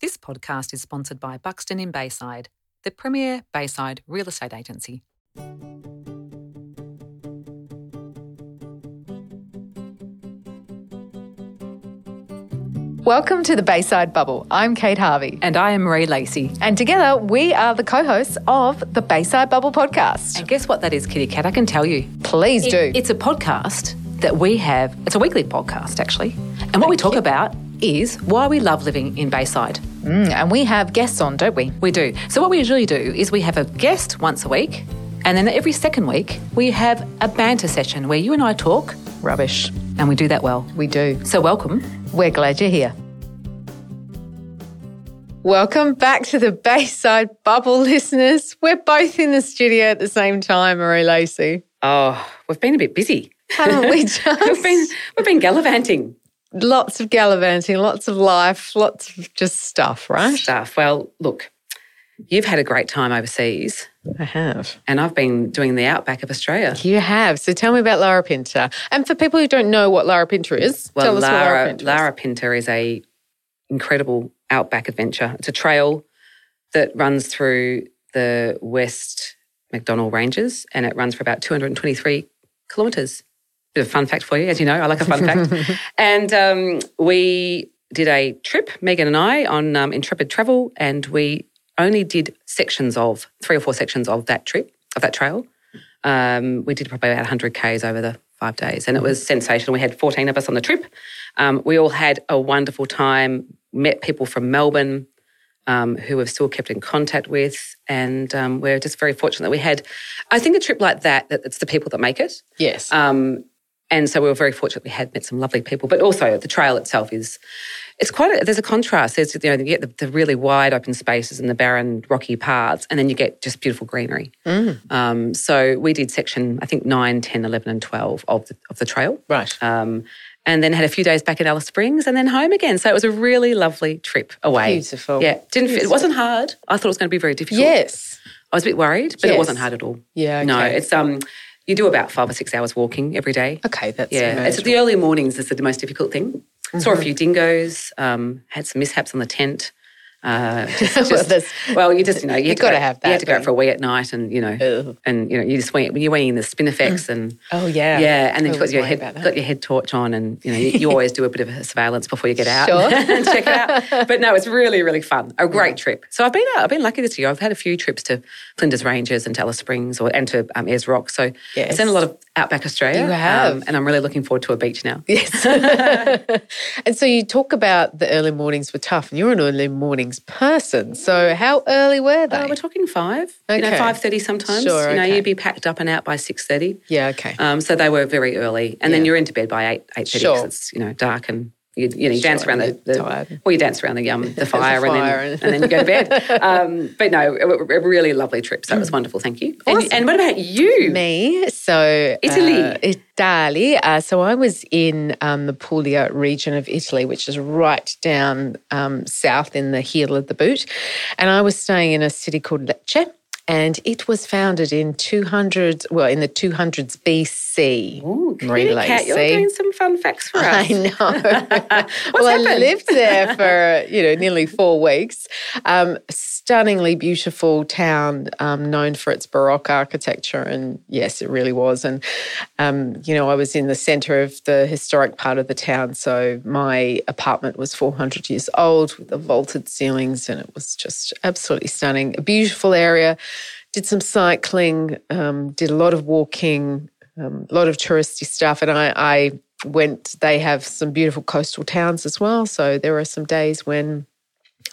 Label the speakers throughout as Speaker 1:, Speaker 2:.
Speaker 1: This podcast is sponsored by Buxton in Bayside, the premier Bayside real estate agency.
Speaker 2: Welcome to the Bayside Bubble. I'm Kate Harvey.
Speaker 1: And I am Marie Lacey.
Speaker 2: And together we are the co hosts of the Bayside Bubble podcast.
Speaker 1: And guess what that is, kitty cat? I can tell you.
Speaker 2: Please do.
Speaker 1: It- it's a podcast that we have. It's a weekly podcast, actually. And what we talk about is why we love living in Bayside.
Speaker 2: Mm, and we have guests on, don't we?
Speaker 1: We do. So, what we usually do is we have a guest once a week, and then every second week, we have a banter session where you and I talk,
Speaker 2: Rubbish.
Speaker 1: and we do that well.
Speaker 2: We do.
Speaker 1: So, welcome.
Speaker 2: We're glad you're here. Welcome back to the Bayside Bubble, listeners. We're both in the studio at the same time, Marie Lacey.
Speaker 1: Oh, we've been a bit busy.
Speaker 2: Haven't we just?
Speaker 1: We've been, we've been gallivanting
Speaker 2: lots of gallivanting, lots of life, lots of just stuff, right?
Speaker 1: stuff. Well, look, you've had a great time overseas,
Speaker 2: I have.
Speaker 1: and I've been doing the outback of Australia.
Speaker 2: You have. So tell me about Lara Pinter. And for people who don't know what Lara Pinter is,
Speaker 1: Well,
Speaker 2: tell us what Lara
Speaker 1: Lara,
Speaker 2: Pinter
Speaker 1: Lara Pinter is a incredible outback adventure. It's a trail that runs through the West McDonnell Ranges, and it runs for about 223 kilometres. Bit of fun fact for you, as you know, I like a fun fact. And um, we did a trip, Megan and I, on um, Intrepid Travel, and we only did sections of three or four sections of that trip of that trail. Um, we did probably about 100 Ks over the five days, and it was sensational. We had 14 of us on the trip. Um, we all had a wonderful time, met people from Melbourne um, who we've still kept in contact with, and um, we're just very fortunate that we had, I think, a trip like that, that it's the people that make it.
Speaker 2: is. Yes.
Speaker 1: Um, and so we were very fortunate we had met some lovely people. But also the trail itself is, it's quite, a, there's a contrast. There's, you know, you get the, the really wide open spaces and the barren rocky paths, and then you get just beautiful greenery.
Speaker 2: Mm.
Speaker 1: Um, so we did section, I think, 9, 10, 11 and 12 of the, of the trail.
Speaker 2: right.
Speaker 1: Um, and then had a few days back in Alice Springs and then home again. So it was a really lovely trip away.
Speaker 2: Beautiful.
Speaker 1: Yeah. Didn't, It wasn't hard. I thought it was going to be very difficult.
Speaker 2: yes.
Speaker 1: I was a bit worried, but
Speaker 2: Yes.
Speaker 1: it wasn't hard at all.
Speaker 2: Yeah, okay.
Speaker 1: No, it's, um, you do about five or six hours walking every day.
Speaker 2: Okay, that's
Speaker 1: Yeah, it's the early mornings is the most difficult thing. Saw a
Speaker 2: Mm-hmm.
Speaker 1: few dingoes, um, had some mishaps on the tent. Uh, just-
Speaker 2: Well,
Speaker 1: just-
Speaker 2: that's-
Speaker 1: well, you just you know you,
Speaker 2: you
Speaker 1: had to
Speaker 2: gotta
Speaker 1: go-
Speaker 2: have
Speaker 1: You had
Speaker 2: that,
Speaker 1: to go out
Speaker 2: don't
Speaker 1: for a wee at night, and you know,
Speaker 2: Ugh.
Speaker 1: and you know, you just went when you're weighing the spinifex and
Speaker 2: Oh, yeah.
Speaker 1: yeah, and then
Speaker 2: I
Speaker 1: you've got
Speaker 2: was
Speaker 1: your
Speaker 2: worried
Speaker 1: head
Speaker 2: about that.
Speaker 1: got your head torch on, and you know, you, you always do a bit of a surveillance before you get out
Speaker 2: Sure.
Speaker 1: and check it out. But no, it's really really fun, a great trip. So I've been out, I've been lucky this year. I've had a few trips to Flinders Ranges and to Alice Springs or and to um, Ayers Rock. So
Speaker 2: Yes.
Speaker 1: it's done a lot of outback Australia. um,
Speaker 2: You have.
Speaker 1: and I'm really looking forward to a beach now.
Speaker 2: Yes. and so you talk about the early mornings were tough, and you're an early mornings person. So how early were they?
Speaker 1: Uh, we're talking five, you know,
Speaker 2: Okay.
Speaker 1: five thirty sometimes.
Speaker 2: Sure,
Speaker 1: you know,
Speaker 2: okay.
Speaker 1: you'd be packed up and out by six thirty.
Speaker 2: yeah, okay.
Speaker 1: Um, so they were very early, and then
Speaker 2: Yeah.
Speaker 1: you're into bed by eight eight thirty
Speaker 2: Sure.
Speaker 1: because it's you know dark and you, you know you dance
Speaker 2: Sure,
Speaker 1: around the,
Speaker 2: and you're
Speaker 1: the
Speaker 2: tired.
Speaker 1: well you dance around the um the fire,
Speaker 2: fire
Speaker 1: and,
Speaker 2: and-
Speaker 1: then, and then you go to bed. Um, but no, a, a really lovely trip. So it was wonderful. Thank you. And, and what about you?
Speaker 2: Mm. me. So
Speaker 1: Italy.
Speaker 2: uh, Italy. Uh, so I was in um, the Puglia region of Italy, which is right down um, south in the heel of the boot, and I was staying in a city called Lecce. And it was founded in 200, well, in the 200s BC.
Speaker 1: Ooh,
Speaker 2: Marie
Speaker 1: kitty cat, you're
Speaker 2: Lacey.
Speaker 1: doing some fun facts for
Speaker 2: I
Speaker 1: us.
Speaker 2: know. well, I
Speaker 1: happened?
Speaker 2: lived there for you know nearly four weeks. Um, stunningly beautiful town, um, known for its baroque architecture, and yes, it really was. And um, you know, I was in the centre of the historic part of the town, so my apartment was 400 years old with the vaulted ceilings, and it was just absolutely stunning. A beautiful area. Did some cycling, um, did a lot of walking um, a lot of touristy stuff. And I, I went, they have some beautiful coastal towns as well. So there were some days when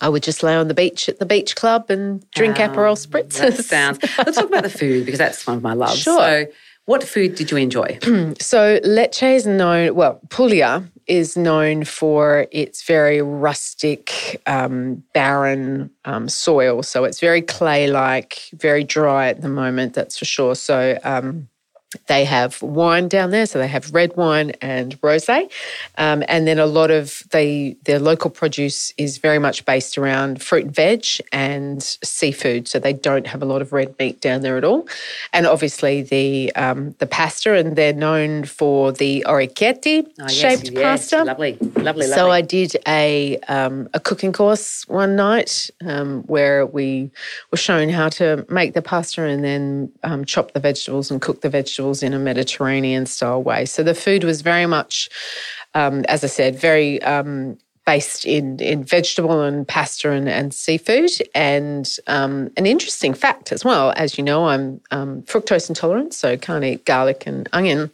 Speaker 2: I would just lay on the beach at the beach club and drink Aperol
Speaker 1: That
Speaker 2: spritzers.
Speaker 1: sounds. Let's talk about the food because that's one of my loves.
Speaker 2: Sure.
Speaker 1: So, what food did you enjoy? Ah,
Speaker 2: So Lecce is known, well, Puglia is known for its very rustic, um, barren um, soil. So it's very clay like, very dry at the moment, that's for sure. So um, They have wine down there, so they have red wine and rosé, um, and then a lot of the their local produce is very much based around fruit and veg and seafood. So they don't have a lot of red meat down there at all, and obviously the um, the pasta, and they're known for the orecchietti
Speaker 1: Oh, yes,
Speaker 2: shaped
Speaker 1: yes,
Speaker 2: pasta.
Speaker 1: Lovely, lovely, lovely.
Speaker 2: So I did a um, a cooking course one night um, where we were shown how to make the pasta and then um, chop the vegetables and cook the vegetables in a Mediterranean style way. So the food was very much, um, as I said, very um, based in in vegetable and pasta and, and seafood. And um, an interesting fact as well, as you know, I'm um, fructose intolerant, so can't eat garlic and onion.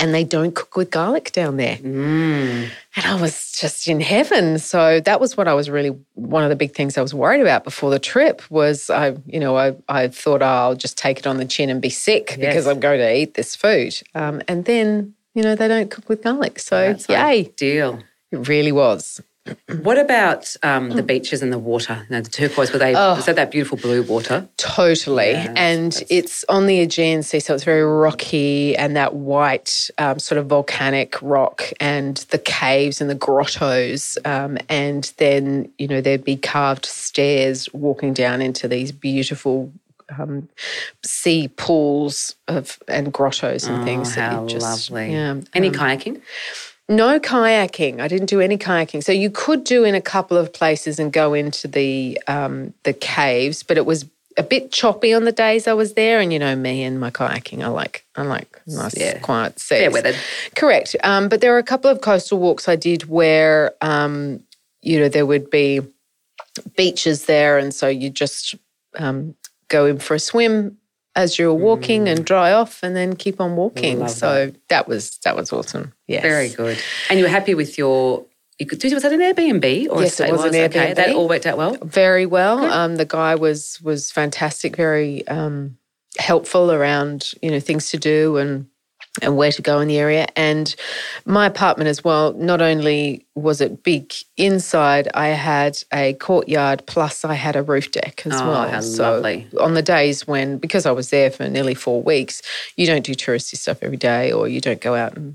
Speaker 2: And they don't cook with garlic down there.
Speaker 1: Mm.
Speaker 2: And I was just in heaven. So that was what I was really one of the big things I was worried about before the trip was I, you know, I, I thought "Oh, I'll just take it on the chin and be sick
Speaker 1: Yes.
Speaker 2: because I'm going to eat this food. Um, and then, you know, they don't cook with garlic. So
Speaker 1: That's
Speaker 2: yay.
Speaker 1: Deal.
Speaker 2: It really was.
Speaker 1: What about um,
Speaker 2: Hmm.
Speaker 1: the beaches and the water? You know, the turquoise. Were they?
Speaker 2: Oh.
Speaker 1: Was that that beautiful blue water?
Speaker 2: Totally.
Speaker 1: Yeah,
Speaker 2: and it's on the Aegean Sea, so it's very rocky and that white um, sort of volcanic rock and the caves and the grottos. Um, and then, you know, there'd be carved stairs walking down into these beautiful um, sea pools of and grottos and things. that
Speaker 1: Oh, how
Speaker 2: you
Speaker 1: lovely.
Speaker 2: Oh, Yeah. um,
Speaker 1: Any kayaking?
Speaker 2: No kayaking. I didn't do any kayaking. So you could do in a couple of places and go into the um, the caves, but it was a bit choppy on the days I was there. And you know me and my kayaking, I like I like nice
Speaker 1: Yeah.
Speaker 2: quiet seas.
Speaker 1: Fair weathered.
Speaker 2: Correct. Um, but there were a couple of coastal walks I did where um, you know there would be beaches there, and so you just um, go in for a swim as you're walking and dry off, and then keep on walking.
Speaker 1: Mm. Love
Speaker 2: so that. was that was awesome. Yes.
Speaker 1: Very good. And you were happy with your. You could, was that an Airbnb or a
Speaker 2: Yes, it
Speaker 1: stay?
Speaker 2: was an
Speaker 1: Okay,
Speaker 2: Airbnb.
Speaker 1: that all worked out well.
Speaker 2: very well. Um, the guy was was fantastic, very um, helpful around you know things to do and and where to go in the area. And my apartment as well. Not only was it big inside, I had a courtyard plus I had a roof deck as
Speaker 1: Oh,
Speaker 2: well.
Speaker 1: how
Speaker 2: so
Speaker 1: lovely.
Speaker 2: on the days when because I was there for nearly four weeks, you don't do touristy stuff every day, or you don't go out and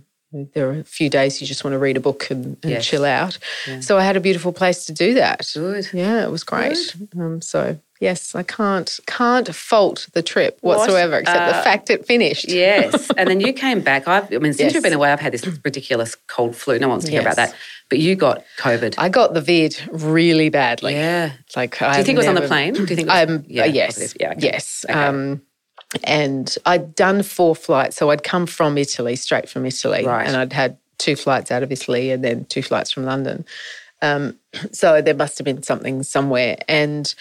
Speaker 2: there are a few days you just want to read a book and, and
Speaker 1: Yes.
Speaker 2: chill out. So I had a beautiful place to do that.
Speaker 1: Good.
Speaker 2: Yeah, it was great. Um, so yes, I can't can't fault the trip
Speaker 1: What,
Speaker 2: whatsoever, except
Speaker 1: uh,
Speaker 2: the fact it finished.
Speaker 1: Yes. And then you came back. I've, I mean, since
Speaker 2: Yes.
Speaker 1: you've been away, I've had this ridiculous cold flu. No one wants to hear about
Speaker 2: Yes.
Speaker 1: that. But you got COVID.
Speaker 2: I got the vid really badly.
Speaker 1: yeah.
Speaker 2: Like,
Speaker 1: Do you think it was on the plane? Do you think it was,
Speaker 2: Um, uh, yes,
Speaker 1: positive. Yeah. okay.
Speaker 2: yes. Um, and I'd done four flights, so I'd come from Italy, straight from Italy,
Speaker 1: Right.
Speaker 2: and I'd had two flights out of Italy and then two flights from London. Um, so there must have been something somewhere. And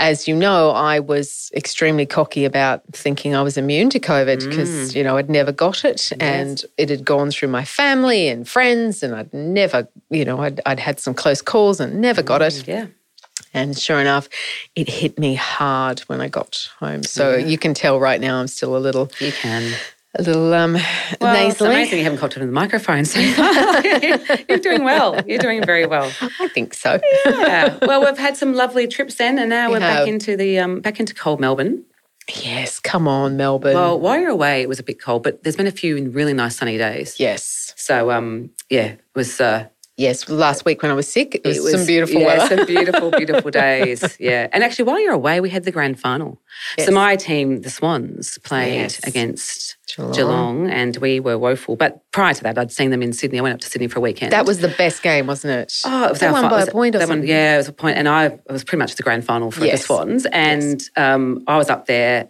Speaker 2: as you know, I was extremely cocky about thinking I was immune to COVID
Speaker 1: Mm.
Speaker 2: because, you know, I'd never got it and it had gone through my family and friends, and I'd never, you know, I'd, I'd had some close calls and never got it.
Speaker 1: Yeah.
Speaker 2: And sure enough, it hit me hard when I got home. So you can tell right now I'm still a little,
Speaker 1: You can.
Speaker 2: a little um,
Speaker 1: Well, it's
Speaker 2: nasally.
Speaker 1: amazing you haven't coughed into the microphone so far. You're doing well. You're doing very well.
Speaker 2: I think so.
Speaker 1: Yeah. Well, we've had some lovely trips then, and now we're back
Speaker 2: have.
Speaker 1: into the um, back into cold Melbourne.
Speaker 2: Yes, come on, Melbourne.
Speaker 1: Well, while you're away, it was a bit cold, but there's been a few really nice sunny days.
Speaker 2: yes,
Speaker 1: So, um, yeah, it was. Uh,
Speaker 2: yes. Last week when I was sick, it was,
Speaker 1: it was
Speaker 2: some beautiful
Speaker 1: yeah,
Speaker 2: weather.
Speaker 1: some beautiful, beautiful days. Yeah, and actually, while you're away, we had the grand final. So
Speaker 2: Yes.
Speaker 1: my team, the Swans, played
Speaker 2: Yes.
Speaker 1: against
Speaker 2: Geelong.
Speaker 1: Geelong, and we were woeful. But prior to that, I'd seen them in Sydney. I went up to Sydney for a weekend.
Speaker 2: That was the best game, wasn't it?
Speaker 1: Oh, it was
Speaker 2: they
Speaker 1: our
Speaker 2: won
Speaker 1: fi-
Speaker 2: by
Speaker 1: was
Speaker 2: a
Speaker 1: it-
Speaker 2: point or
Speaker 1: they won-
Speaker 2: something.
Speaker 1: yeah, it was a point, and I it was pretty much the grand final for the
Speaker 2: Yes.
Speaker 1: Swans. And um, I was up there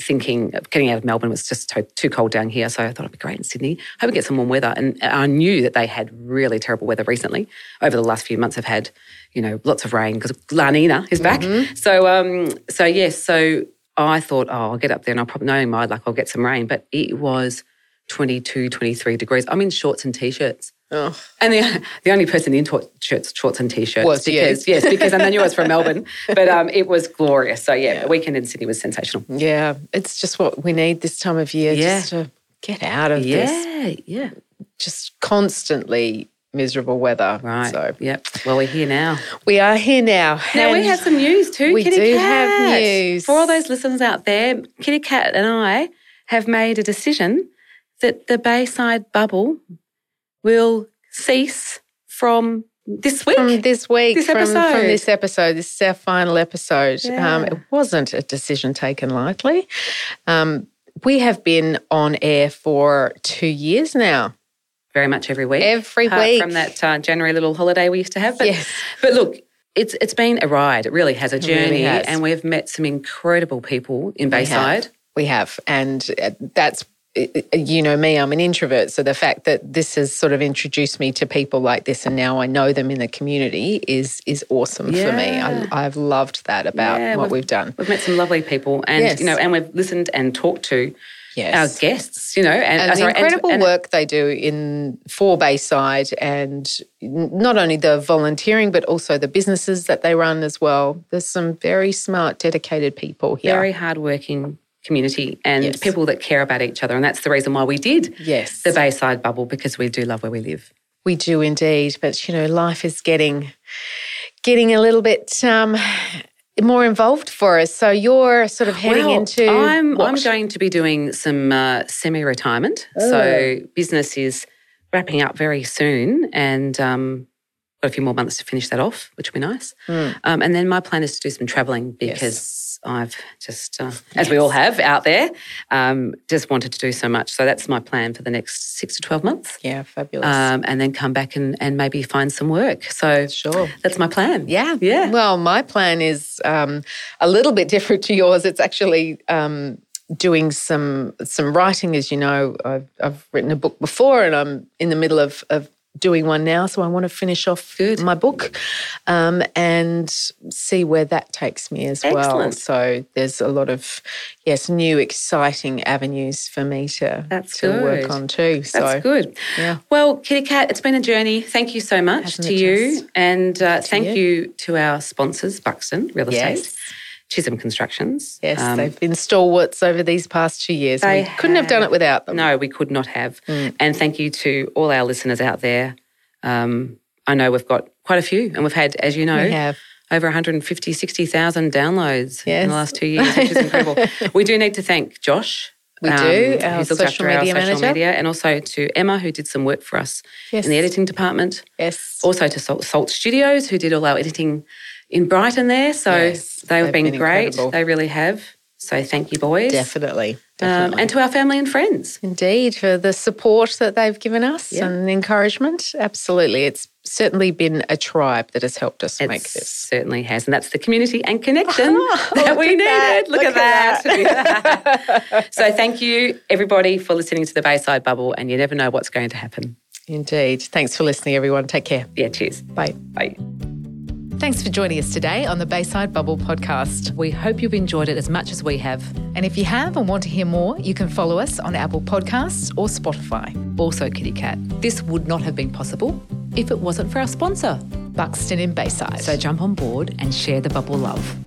Speaker 1: thinking getting out of Melbourne was just to- too cold down here, so I thought it'd be great in Sydney. Hope we get some warm weather. And I knew that they had really terrible weather recently. Over the last few months, have had you know lots of rain because La Nina is back.
Speaker 2: Mm-hmm.
Speaker 1: So um, so yes, so I thought, oh, I'll get up there and I'll probably knowing my luck, I'll get some rain. But it was 22, 23 degrees. I'm in shorts and t-shirts.
Speaker 2: Oh,
Speaker 1: And the, the only person in tor- shirts, shorts and t-shirts
Speaker 2: Was you.
Speaker 1: because yes, because and then you was from Melbourne, but um, it was glorious. So yeah, the weekend in Sydney was sensational.
Speaker 2: yeah. It's just what we need this time of year,
Speaker 1: Yeah.
Speaker 2: just to get out of this
Speaker 1: Yeah, yeah,
Speaker 2: just constantly miserable weather.
Speaker 1: right.
Speaker 2: So
Speaker 1: Yep. Well, we're here now.
Speaker 2: we are here now.
Speaker 1: Now we
Speaker 2: And-
Speaker 1: have some news too.
Speaker 2: we
Speaker 1: Kitty
Speaker 2: do
Speaker 1: Cat.
Speaker 2: have news.
Speaker 1: for all those listeners out there. Kitty Cat and I have made a decision that the Bayside bubble will cease from this week.
Speaker 2: From this week,
Speaker 1: This
Speaker 2: from,
Speaker 1: episode.
Speaker 2: from this episode, this is our final episode.
Speaker 1: Yeah.
Speaker 2: Um, it wasn't a decision taken lightly. Um, we have been on air for two years now,
Speaker 1: Very much every week.
Speaker 2: every
Speaker 1: apart
Speaker 2: week.
Speaker 1: from that uh, January little holiday we used to have. But,
Speaker 2: yes,
Speaker 1: but look, it's it's been a ride. It really has a
Speaker 2: really
Speaker 1: journey,
Speaker 2: has.
Speaker 1: and we've met some incredible people in Bayside.
Speaker 2: we have, and uh, that's uh, you know me. I'm an introvert, so the fact that this has sort of introduced me to people like this, and now I know them in the community, is is awesome for me.
Speaker 1: Yeah.
Speaker 2: I, I've loved that about
Speaker 1: Yeah,
Speaker 2: what
Speaker 1: we've-
Speaker 2: we've, done.
Speaker 1: We've met some lovely people, and
Speaker 2: Yes.
Speaker 1: you know, and we've listened and talked to
Speaker 2: Yes,
Speaker 1: our guests. You know, and,
Speaker 2: and
Speaker 1: uh, sorry,
Speaker 2: the incredible
Speaker 1: and-
Speaker 2: work they do in for Bayside, and n- not only the volunteering, but also the businesses that they run as well. There's some very smart, dedicated people here.
Speaker 1: very hardworking community and
Speaker 2: Yes.
Speaker 1: people that care about each other, and that's the reason why we did
Speaker 2: yes,
Speaker 1: the Bayside bubble because we do love where we live.
Speaker 2: we do indeed. But you know, life is getting getting a little bit. Um, more involved for us, so you're sort of heading
Speaker 1: Well,
Speaker 2: into.
Speaker 1: I'm
Speaker 2: what?
Speaker 1: I'm going to be doing some uh, semi-retirement. So
Speaker 2: Oh.
Speaker 1: business is wrapping up very soon, and um, got a few more months to finish that off, which will be nice.
Speaker 2: Mm.
Speaker 1: Um, and then my plan is to do some travelling
Speaker 2: Yes.
Speaker 1: because I've just, uh, as we all have out there, um, just wanted to do so much. So that's my plan for the next six to twelve months,
Speaker 2: Yeah, fabulous.
Speaker 1: um, and then come back and, and maybe find some work. So
Speaker 2: sure.
Speaker 1: that's my plan.
Speaker 2: Yeah.
Speaker 1: Yeah.
Speaker 2: Well, my plan is um, a little bit different to yours. It's actually um, doing some some writing, as you know. I've, I've written a book before, and I'm in the middle of, of doing one now. So I want to finish off my book um, and see where that takes me as well.
Speaker 1: Excellent.
Speaker 2: So there's a lot of yes, new exciting avenues for me to
Speaker 1: That's
Speaker 2: to work
Speaker 1: good.
Speaker 2: on too.
Speaker 1: That's
Speaker 2: so
Speaker 1: good.
Speaker 2: yeah.
Speaker 1: Well, Kitty Cat, it's been a journey. Thank you so much
Speaker 2: Hasn't
Speaker 1: to
Speaker 2: it
Speaker 1: you.
Speaker 2: just?
Speaker 1: And uh, thank
Speaker 2: you.
Speaker 1: you. to our sponsors, Buxton Real Estate,
Speaker 2: Yes.
Speaker 1: Chisholm Constructions.
Speaker 2: Yes,
Speaker 1: Um,
Speaker 2: they've been stalwarts over these past two years.
Speaker 1: They
Speaker 2: We couldn't have done
Speaker 1: have.
Speaker 2: it without them.
Speaker 1: Uh, no, we could not have.
Speaker 2: Mm.
Speaker 1: And thank you to all our listeners out there. Um, I know we've got quite a few, and we've had, as you know,
Speaker 2: We have.
Speaker 1: over 150, 60,000 downloads in
Speaker 2: Yes.
Speaker 1: the last two years, which is incredible. we do need to thank Josh.
Speaker 2: We do, our
Speaker 1: who's looked
Speaker 2: social
Speaker 1: after our
Speaker 2: media
Speaker 1: social
Speaker 2: manager.
Speaker 1: media, and also to Emma, who did some work for us
Speaker 2: Yes.
Speaker 1: in the editing department.
Speaker 2: Yes.
Speaker 1: also to Salt, Salt Studios, who did all our editing in Brighton there. So
Speaker 2: Yes,
Speaker 1: they've,
Speaker 2: they've
Speaker 1: been,
Speaker 2: been
Speaker 1: great.
Speaker 2: incredible.
Speaker 1: They really have. So thank you, boys.
Speaker 2: Definitely.
Speaker 1: Um,
Speaker 2: Definitely.
Speaker 1: and to our family and friends.
Speaker 2: Indeed, for the support that they've given us
Speaker 1: Yeah.
Speaker 2: and encouragement. Absolutely. It's certainly been a tribe that has helped us make
Speaker 1: It
Speaker 2: this.
Speaker 1: certainly has. And that's the community and connection that
Speaker 2: Oh, look
Speaker 1: we
Speaker 2: at
Speaker 1: needed.
Speaker 2: that.
Speaker 1: Look,
Speaker 2: Look
Speaker 1: at,
Speaker 2: at
Speaker 1: that. so thank you, everybody, for listening to the Bayside Bubble. And you never know what's going to happen.
Speaker 2: Indeed. Thanks for listening, everyone. Take care.
Speaker 1: Yeah, cheers.
Speaker 2: Bye.
Speaker 1: Bye.
Speaker 2: Thanks for joining us today on the Bayside Bubble podcast.
Speaker 1: We hope you've enjoyed it as much as we have.
Speaker 2: And if you have and want to hear more, you can follow us on Apple Podcasts or Spotify.
Speaker 1: Also, Kitty Cat, this would not have been possible if it wasn't for our sponsor.
Speaker 2: Buxton in Bayside.
Speaker 1: So jump on board and share the bubble love.